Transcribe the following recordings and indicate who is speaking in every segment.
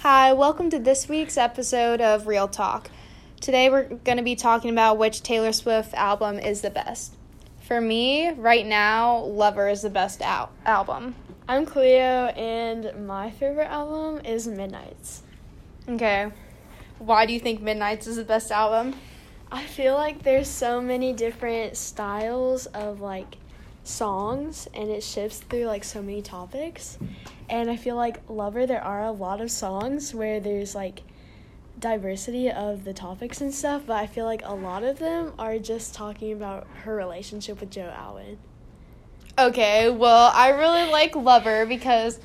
Speaker 1: Hi, welcome to this week's episode of Real Talk. Today we're going to be talking about which Taylor Swift album is the best. For me, right now, Lover is the best al- album.
Speaker 2: I'm Cleo, and my favorite album is Midnight's.
Speaker 1: Okay. Why do you think Midnight's is the best album?
Speaker 2: I feel like there's so many different styles of like songs, and it shifts through like so many topics. And I feel like Lover, there are a lot of songs where there's like diversity of the topics and stuff, but I feel like a lot of them are just talking about her relationship with Joe Alwyn.
Speaker 1: Okay, well, I really like Lover because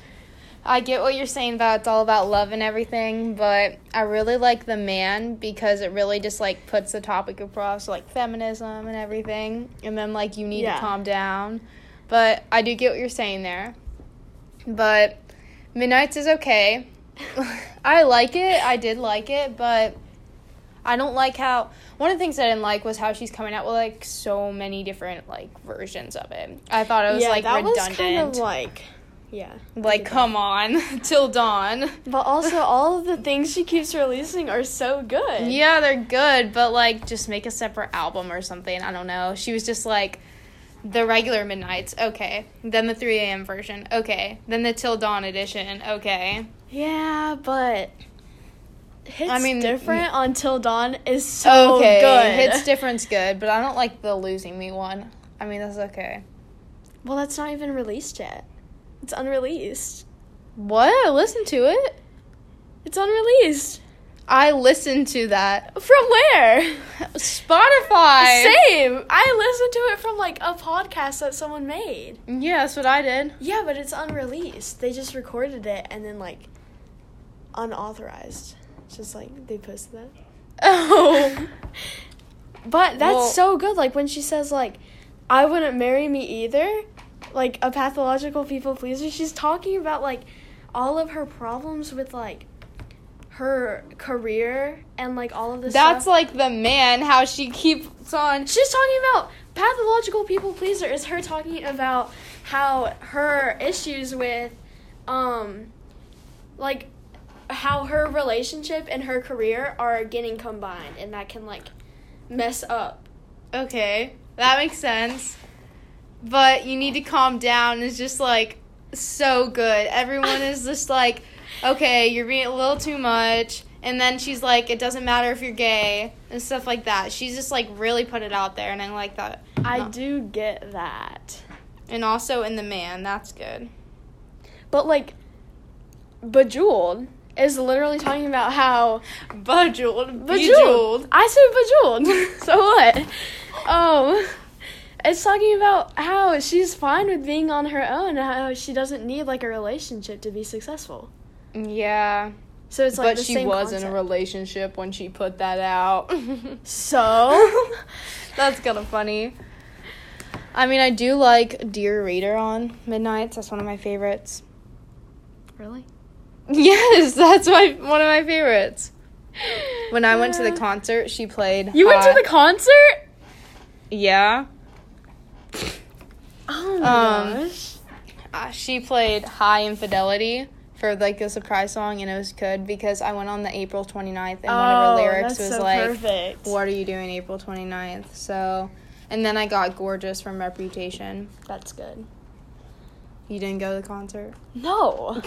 Speaker 1: I get what you're saying about it's all about love and everything, but I really like The Man because it really just like puts the topic across like feminism and everything, and then like you need
Speaker 2: Yeah.
Speaker 1: to calm down. But I do get what you're saying there. But Midnight's is okay. I like it. I did like it, but I don't like how one of the things I didn't like was how she's coming out with like so many different like versions of it. I thought it was like
Speaker 2: that
Speaker 1: redundant.
Speaker 2: was kind of like, yeah.
Speaker 1: like come on, till dawn.
Speaker 2: But also, all of the things she keeps releasing are so good.
Speaker 1: Yeah, they're good, but like just make a separate album or something. I don't know. She was just like the regular midnights, okay. Then the 3 a.m. version, okay. Then the till dawn edition, okay.
Speaker 2: Yeah, but hits
Speaker 1: I mean,
Speaker 2: different until dawn is so good.
Speaker 1: hits difference good, but I don't like the losing me one. I mean, that's okay.
Speaker 2: well, that's not even released yet. It's unreleased.
Speaker 1: What? Listen to it.
Speaker 2: It's unreleased.
Speaker 1: I listened to that.
Speaker 2: From where?
Speaker 1: Spotify.
Speaker 2: Same. I listened to it from like a podcast that someone made.
Speaker 1: Yeah, that's what I did.
Speaker 2: Yeah, but it's unreleased. They just recorded it and then like unauthorized. It's Just like they posted that.
Speaker 1: Oh.
Speaker 2: But that's
Speaker 1: Well-
Speaker 2: so good. Like when she says like, "I wouldn't marry me either," like a pathological people pleaser. She's talking about like all of her problems with like her career and like all of this.
Speaker 1: That's
Speaker 2: stuff.
Speaker 1: like the man how she keeps on
Speaker 2: she's talking about pathological people pleaser. Is her talking about how her issues with, um, like how her relationship and her career are getting combined, and that can like mess up
Speaker 1: Okay, that makes sense. But you need to calm down is just like so good. Everyone is just like, okay, you're being a little too much. And then she's like, it doesn't matter if you're gay and stuff like that. She's just like really put it out there, and I like that.
Speaker 2: I
Speaker 1: No.
Speaker 2: do get that.
Speaker 1: And also in the man, that's good.
Speaker 2: But like Bejeweled is literally talking about how
Speaker 1: Bejeweled,
Speaker 2: Bejeweled.
Speaker 1: bejeweled.
Speaker 2: I said bejeweled. so what? Um it's talking about how she's fine with being on her own, how she doesn't need like a relationship to be successful.
Speaker 1: Yeah,
Speaker 2: So it's like
Speaker 1: but
Speaker 2: the
Speaker 1: she
Speaker 2: same
Speaker 1: was in a
Speaker 2: concept.
Speaker 1: relationship when she put that out.
Speaker 2: So
Speaker 1: That's kind of funny. I mean, I do like Dear Reader on Midnights. That's one of my favorites.
Speaker 2: Really?
Speaker 1: Yes, that's my one of my favorites. When I went to the concert, she played.
Speaker 2: You went to the concert?
Speaker 1: the yeah.
Speaker 2: Oh my
Speaker 1: Um,
Speaker 2: gosh.
Speaker 1: Uh, she played High Infidelity for like a surprise song, and it was good because I went on the April 29th, and one of her lyrics was like,
Speaker 2: Oh, perfect.
Speaker 1: "What are you doing April 29th?" So, and then I got Gorgeous from Reputation.
Speaker 2: That's good.
Speaker 1: You didn't go to the concert.
Speaker 2: No.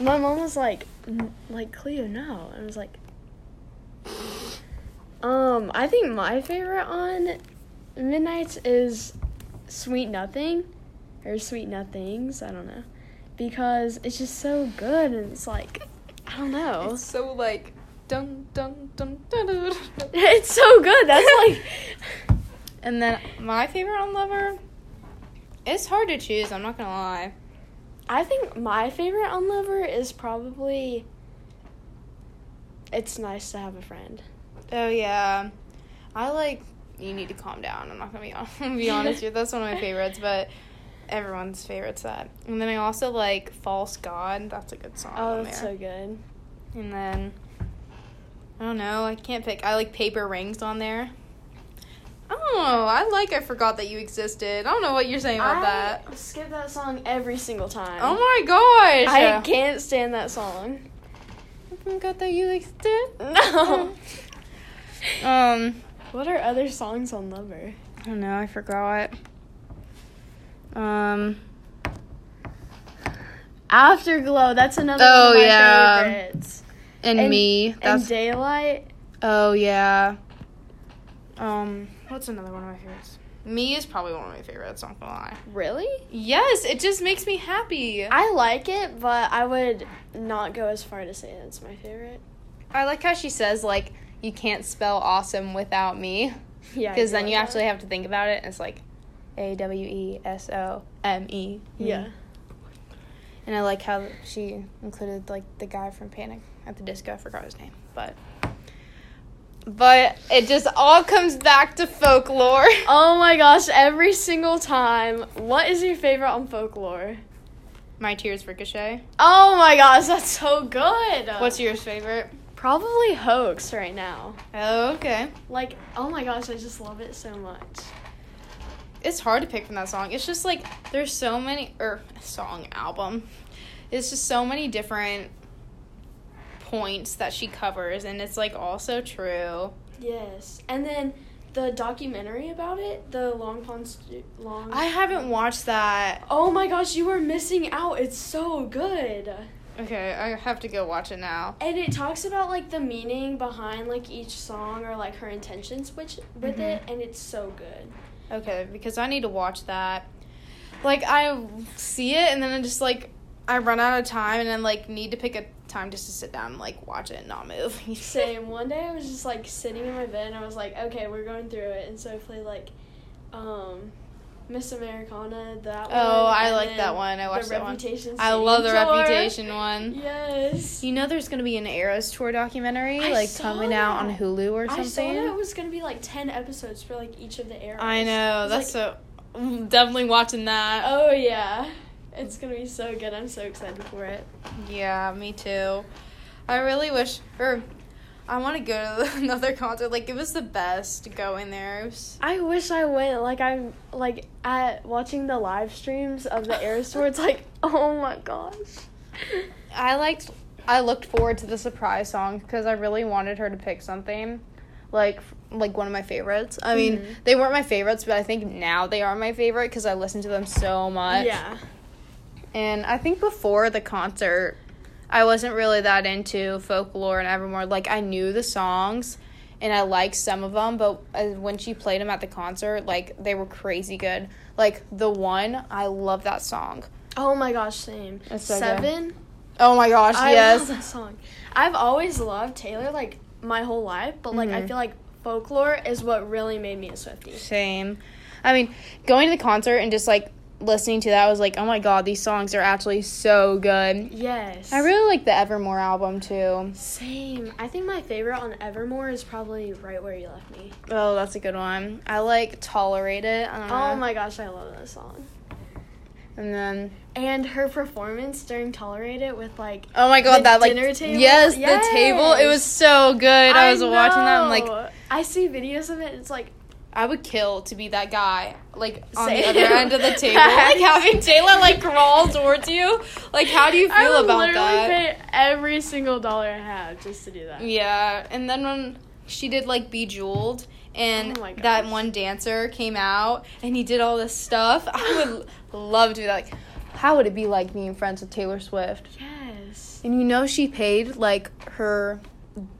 Speaker 2: My mom was like, "N- like Cleo, no. And I was like, um, I think my favorite on Midnight's is Sweet Nothing or Sweet Nothings. I don't know. Because it's just so good and it's like, I don't know.
Speaker 1: It's so like dun dun dun dun. dun, dun.
Speaker 2: It's so good. That's like,
Speaker 1: And then my favorite on Lover. It's hard to choose. I'm not gonna lie.
Speaker 2: I think my favorite on Lover is probably It's Nice to Have a Friend.
Speaker 1: Oh yeah, I like. You need to calm down. I'm not gonna be, hon- be honest with you. That's one of my favorites, but everyone's favorite's that. And then I also like False God. That's a good song.
Speaker 2: Oh,
Speaker 1: on
Speaker 2: that's
Speaker 1: there.
Speaker 2: so good.
Speaker 1: And then I don't know. I can't pick. I like Paper Rings on there. Oh, I like. I forgot that you existed. I don't know what you're saying about that.
Speaker 2: I skip that song every single time.
Speaker 1: Oh my Oh gosh!
Speaker 2: I can't stand that song.
Speaker 1: forgot that you existed.
Speaker 2: No.
Speaker 1: Um,
Speaker 2: what are other songs on Lover?
Speaker 1: I don't know. I forgot. Um,
Speaker 2: Afterglow. That's another
Speaker 1: Oh,
Speaker 2: one of my
Speaker 1: yeah.
Speaker 2: favorites.
Speaker 1: and, me.
Speaker 2: and
Speaker 1: That's
Speaker 2: Daylight.
Speaker 1: oh yeah. Um, what's another one of my favorites? Me is probably one of my favorites. Not gonna lie.
Speaker 2: Really?
Speaker 1: Yes, it just makes me happy.
Speaker 2: I like it, but I would not go as far to say it's my favorite.
Speaker 1: I like how she says like you can't spell awesome without me
Speaker 2: Yeah. I
Speaker 1: because
Speaker 2: do
Speaker 1: then
Speaker 2: like
Speaker 1: you
Speaker 2: that.
Speaker 1: actually have to think about it. And it's like A W E S O M E.
Speaker 2: Yeah.
Speaker 1: And I like how she included like the guy from Panic at the Disco. I forgot his name, but but it just all comes back to folklore.
Speaker 2: Oh my gosh! Every single time. What is your favorite on folklore?
Speaker 1: My tears ricochet.
Speaker 2: Oh my gosh, that's so good.
Speaker 1: What's yours favorite?
Speaker 2: probably hoax right now?
Speaker 1: Oh, okay.
Speaker 2: Like, oh my gosh, I just love it so much.
Speaker 1: It's hard to pick from that song. It's just like there's so many or song album. It's just so many different points that she covers and it's like also true.
Speaker 2: Yes, and then the documentary about it, the Long Pond Stu- Long.
Speaker 1: I haven't watched that.
Speaker 2: oh my gosh, you are missing out. It's so good.
Speaker 1: Okay, I have to go watch it now.
Speaker 2: And it talks about like the meaning behind like each song or like her intentions which with
Speaker 1: Mhm.
Speaker 2: it, and it's so good.
Speaker 1: Okay, because I need to watch that. Like I see it and then I just like I run out of time and then like need to pick a time just to sit down and like watch it and not move.
Speaker 2: Same. One day I was just like sitting in my bed and I was like, okay, we're going through it, and so I played like, um, Miss Americana. That one.
Speaker 1: Oh, I
Speaker 2: and
Speaker 1: like that
Speaker 2: then
Speaker 1: one. I watched
Speaker 2: the
Speaker 1: that one.
Speaker 2: Reputation.
Speaker 1: I love the
Speaker 2: City Tour.
Speaker 1: reputation one.
Speaker 2: Yes.
Speaker 1: You know there's gonna be an Eras tour documentary
Speaker 2: I
Speaker 1: like
Speaker 2: saw
Speaker 1: coming out on
Speaker 2: that.
Speaker 1: Hulu or
Speaker 2: I saw that it
Speaker 1: something.
Speaker 2: was gonna be like ten episodes for like each of the eras.
Speaker 1: I, know,
Speaker 2: It's
Speaker 1: that's
Speaker 2: like,
Speaker 1: so I'm definitely watching that.
Speaker 2: Oh yeah, it's gonna be so good. I'm so excited for it.
Speaker 1: Yeah, me too. I really wish or I want to go to another concert. Like it was the best to go in there. It was-
Speaker 2: I wish I went. Like I'm like at watching the live streams of the eras tour. It's like oh my gosh.
Speaker 1: I liked. I looked forward to the surprise song because I really wanted her to pick something, like like one of my favorites. I mean,
Speaker 2: Mhm.
Speaker 1: they weren't my favorites, but I think now they are my favorite because I listen to them so much.
Speaker 2: Yeah.
Speaker 1: And I think before the concert, I wasn't really that into folklore and Evermore. Like I knew the songs, and I liked some of them, but uh, when she played them at the concert, like they were crazy good. Like the one, I love that song.
Speaker 2: Oh my gosh, same.
Speaker 1: That's so good.
Speaker 2: Seven.
Speaker 1: Oh my gosh,
Speaker 2: I
Speaker 1: yes.
Speaker 2: love that song. I've always loved Taylor like my whole life, but like I
Speaker 1: Mhm.
Speaker 2: feel like folklore is what really made me a Swiftie.
Speaker 1: Same. I mean, going to the concert and just like listening to that I was like, oh my god, these songs are actually so good.
Speaker 2: Yes.
Speaker 1: I really like the Evermore album too.
Speaker 2: Same. I think my favorite on Evermore is probably Right Where You Left Me.
Speaker 1: Oh, that's a good one. I like Tolerate It. I don't know.
Speaker 2: Oh my gosh, I love that song.
Speaker 1: And then
Speaker 2: And her performance during Tolerate It with like
Speaker 1: oh my god,
Speaker 2: The
Speaker 1: that like
Speaker 2: dinner table?
Speaker 1: yes, the table. It was
Speaker 2: Yes.
Speaker 1: so good. I, was watching that. I'm like,
Speaker 2: know. I see videos of it. It's like
Speaker 1: I would kill to be that guy, like on
Speaker 2: Same.
Speaker 1: the other end of the table, like having Taylor like crawl towards you. Like, how do you feel
Speaker 2: I would
Speaker 1: about
Speaker 2: literally
Speaker 1: that?
Speaker 2: pay every single dollar I have just to do that.
Speaker 1: Yeah, and then when she did like Bejeweled, and
Speaker 2: Oh my
Speaker 1: that
Speaker 2: gosh.
Speaker 1: one dancer came out and he did all this stuff, I would l- love to do that. Like, how would it be like being friends with Taylor Swift?
Speaker 2: Yes.
Speaker 1: And you know she paid like her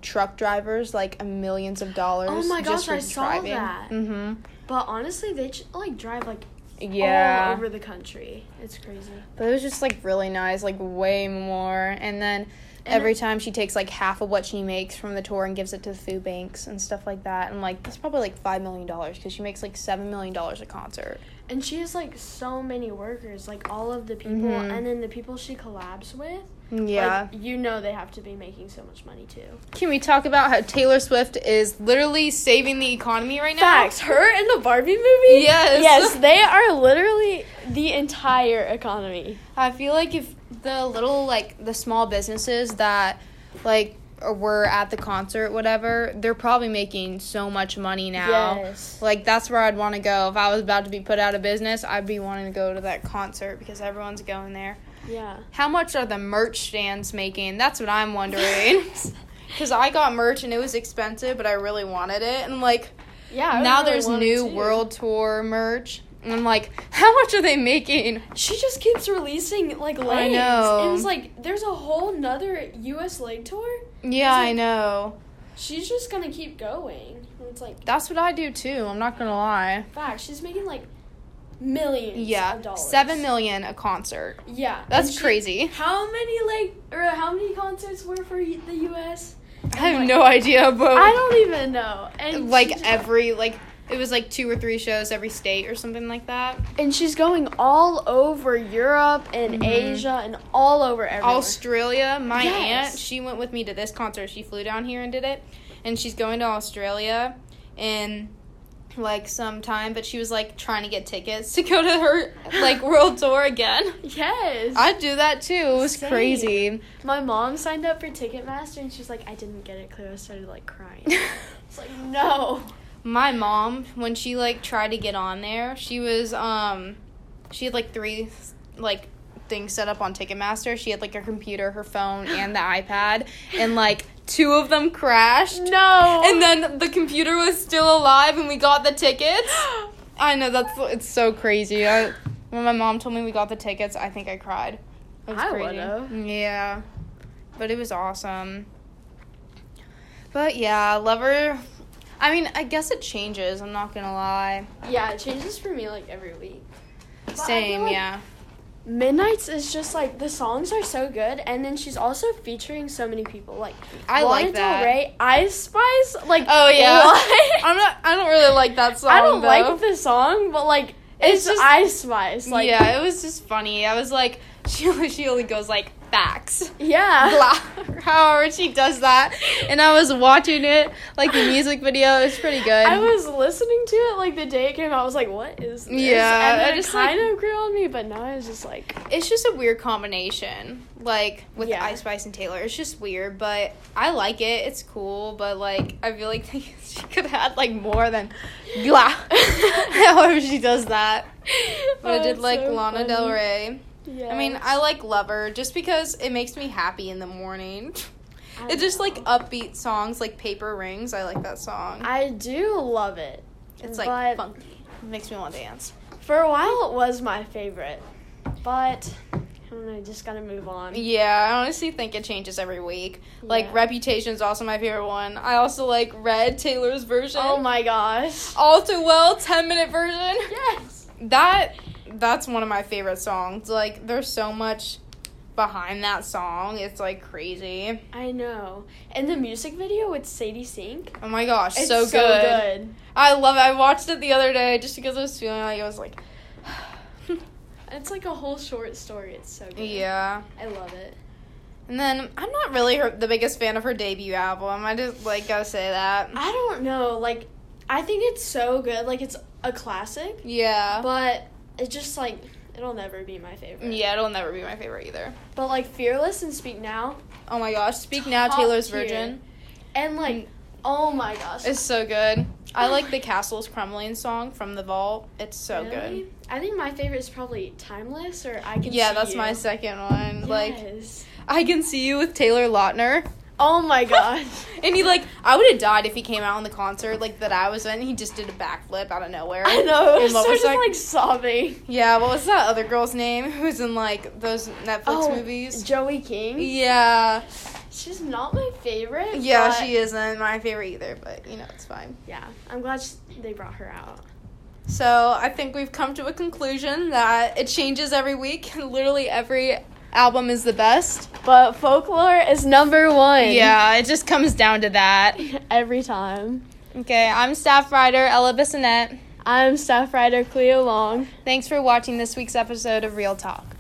Speaker 1: truck drivers like millions of dollars.
Speaker 2: Oh my
Speaker 1: just
Speaker 2: gosh,
Speaker 1: for
Speaker 2: I saw
Speaker 1: driving.
Speaker 2: that. Oh,
Speaker 1: Mhm.
Speaker 2: But honestly, they j- like drive like all
Speaker 1: Yeah.
Speaker 2: over the country. It's crazy.
Speaker 1: But it was just like really nice, like way more. And then
Speaker 2: And
Speaker 1: every
Speaker 2: it-
Speaker 1: time she takes like half of what she makes from the tour and gives it to the food banks and stuff like that. And like that's probably like five million dollars because she makes like seven million dollars a concert.
Speaker 2: And she has like so many workers, like all of the people,
Speaker 1: Mhm.
Speaker 2: and then the people she collabs with.
Speaker 1: Yeah.
Speaker 2: Like, you know they have to be making so much money too.
Speaker 1: Can we talk about how Taylor Swift is literally saving the economy right now?
Speaker 2: Facts. Her in the Barbie movie?
Speaker 1: Yes.
Speaker 2: Yes, they are literally the entire economy.
Speaker 1: I feel like if the little like the small businesses that like were at the concert whatever, they're probably making so much money now.
Speaker 2: Yes.
Speaker 1: Like that's where I'd want to go if I was about to be put out of business. I'd be wanting to go to that concert because everyone's going there.
Speaker 2: Yeah.
Speaker 1: How much are the merch stands making? That's what I'm wondering. Because I got merch and it was expensive, but I really wanted it. And like,
Speaker 2: Yeah. I would
Speaker 1: now
Speaker 2: really
Speaker 1: there's
Speaker 2: want
Speaker 1: new
Speaker 2: it too.
Speaker 1: world tour merch. And I'm like, how much are they making?
Speaker 2: She just keeps releasing like legs.
Speaker 1: know.
Speaker 2: It was like there's a whole nother U.S. leg tour.
Speaker 1: Yeah,
Speaker 2: It's
Speaker 1: I
Speaker 2: like-
Speaker 1: know.
Speaker 2: She's just gonna keep going. And It's like
Speaker 1: That's what I do too. I'm not gonna lie.
Speaker 2: fact. She's making like millions.
Speaker 1: Yeah,
Speaker 2: Of dollars.
Speaker 1: seven million a concert.
Speaker 2: Yeah.
Speaker 1: That's
Speaker 2: and she-
Speaker 1: crazy.
Speaker 2: How many like or how many concerts were for y- the U.S.?
Speaker 1: I have
Speaker 2: like-
Speaker 1: no idea, but
Speaker 2: I don't even know. And
Speaker 1: Oh. like
Speaker 2: she just-
Speaker 1: every like it was like two or three shows every state or something like that.
Speaker 2: and she's going all over Europe and
Speaker 1: Mm-hmm.
Speaker 2: Asia and all over everywhere.
Speaker 1: Australia. My
Speaker 2: Yes.
Speaker 1: aunt, she went with me to this concert. She flew down here and did it, and she's going to Australia in like some time. But she was like trying to get tickets to go to her like world tour again.
Speaker 2: yes.
Speaker 1: I'd do that too. It was
Speaker 2: Same.
Speaker 1: crazy.
Speaker 2: My mom signed up for Ticketmaster and she's like, I didn't get it clear. I started like crying. It's like, no.
Speaker 1: my mom when she like tried to get on there she was um she had like three like things set up on ticketmaster she had like her computer her phone and the ipad and like two of them crashed
Speaker 2: No.
Speaker 1: and then the computer was still alive and we got the tickets i know that's it's so crazy I, when my mom told me we got the tickets i think i cried it was
Speaker 2: I
Speaker 1: crazy
Speaker 2: would've.
Speaker 1: yeah but it was awesome but yeah lover i mean i guess it changes i'm not gonna lie
Speaker 2: yeah, it changes for me like every week. But I
Speaker 1: same
Speaker 2: feel like
Speaker 1: yeah
Speaker 2: Midnight's is just like the songs are so good, and then she's also featuring so many people like
Speaker 1: i
Speaker 2: Lana
Speaker 1: like
Speaker 2: Del
Speaker 1: that
Speaker 2: Rey, Ice Spice, like
Speaker 1: oh yeah
Speaker 2: what?
Speaker 1: i'm not i don't really like that song
Speaker 2: I don't
Speaker 1: though.
Speaker 2: like the song, but like
Speaker 1: It's
Speaker 2: it's,
Speaker 1: just-
Speaker 2: Ice Spice, like
Speaker 1: yeah it was just funny i was like she only, she only goes like facts
Speaker 2: yeah.
Speaker 1: blah, however she does that. And I was watching it, like the music video. It's pretty good.
Speaker 2: I was listening to it like the day it came out. I was like, "What is this?"
Speaker 1: Yeah,
Speaker 2: and then
Speaker 1: I
Speaker 2: it
Speaker 1: just, like-
Speaker 2: kind of grew on me, but now I was just like,
Speaker 1: it's just a weird combination, like with
Speaker 2: Yeah.
Speaker 1: Ice Spice and Taylor. It's just weird, but I like it. It's cool, but like I feel like she could have had like more than blah. however she does that. But I
Speaker 2: Oh,
Speaker 1: did
Speaker 2: it's
Speaker 1: like
Speaker 2: so
Speaker 1: Lana Del
Speaker 2: funny.
Speaker 1: Rey.
Speaker 2: Yeah.
Speaker 1: I mean, I like Lover just because it makes me happy in the morning.
Speaker 2: I
Speaker 1: It's just like
Speaker 2: know.
Speaker 1: upbeat songs, like Paper Rings. I like that song.
Speaker 2: I do love it.
Speaker 1: It's like
Speaker 2: But-
Speaker 1: funky. makes me want to dance.
Speaker 2: For a while, it was my favorite, but I don't know. Just gotta move on.
Speaker 1: Yeah, I honestly think it changes every week. Like
Speaker 2: Yeah.
Speaker 1: Reputation's also my favorite one. I also like Red Taylor's version.
Speaker 2: Oh my gosh.
Speaker 1: All Too Well 10 minute version.
Speaker 2: Yes.
Speaker 1: That that's one of my favorite songs. Like there's so much behind that song. It's like crazy.
Speaker 2: I know. And the music video with Sadie Sink.
Speaker 1: Oh my gosh,
Speaker 2: It's
Speaker 1: so good.
Speaker 2: good.
Speaker 1: I love it. I watched it the other day just because I was feeling like I was like
Speaker 2: It's like a whole short story. It's so good.
Speaker 1: yeah.
Speaker 2: I love it.
Speaker 1: And then I'm not really her, the biggest fan of her debut album. I just like gotta say that.
Speaker 2: I don't know. Like, I think it's so good. Like, it's a classic,
Speaker 1: Yeah.
Speaker 2: but it just like it'll never be my favorite.
Speaker 1: Yeah, it'll never be my favorite either.
Speaker 2: But like Fearless and Speak Now,
Speaker 1: Oh my gosh, Speak Now,
Speaker 2: Top
Speaker 1: Taylor's
Speaker 2: tier.
Speaker 1: Virgin
Speaker 2: and
Speaker 1: Mm.
Speaker 2: like, oh my gosh,
Speaker 1: is so good. I like the Castle's Crumbling song from The Vault. It's so
Speaker 2: Really?
Speaker 1: good.
Speaker 2: I think my favorite is probably Timeless or I Can
Speaker 1: Yeah,
Speaker 2: See
Speaker 1: that's
Speaker 2: You.
Speaker 1: my second one. Like,
Speaker 2: Yes.
Speaker 1: I Can See You with Taylor Lautner.
Speaker 2: Oh my gosh.
Speaker 1: And he, like, I would have died if he came out on the concert, like, that I was in. He just did a backflip out of nowhere.
Speaker 2: I
Speaker 1: And
Speaker 2: know. I
Speaker 1: what
Speaker 2: started
Speaker 1: was that-
Speaker 2: like sobbing.
Speaker 1: Yeah, what was that other girl's name who was in, like, those Netflix
Speaker 2: Oh,
Speaker 1: movies?
Speaker 2: Joey King.
Speaker 1: Yeah.
Speaker 2: She's not my favorite.
Speaker 1: Yeah,
Speaker 2: but-
Speaker 1: she isn't my favorite either, but, you know, it's fine.
Speaker 2: Yeah, I'm glad sh they brought her out.
Speaker 1: So I think we've come to a conclusion that it changes every week. Literally every album is the best.
Speaker 2: But folklore is number one.
Speaker 1: Yeah, it just comes down to that.
Speaker 2: Every time.
Speaker 1: Okay, I'm staff writer Ella Bissonette.
Speaker 2: I'm staff writer Cleo Long.
Speaker 1: Thanks for watching this week's episode of Real Talk.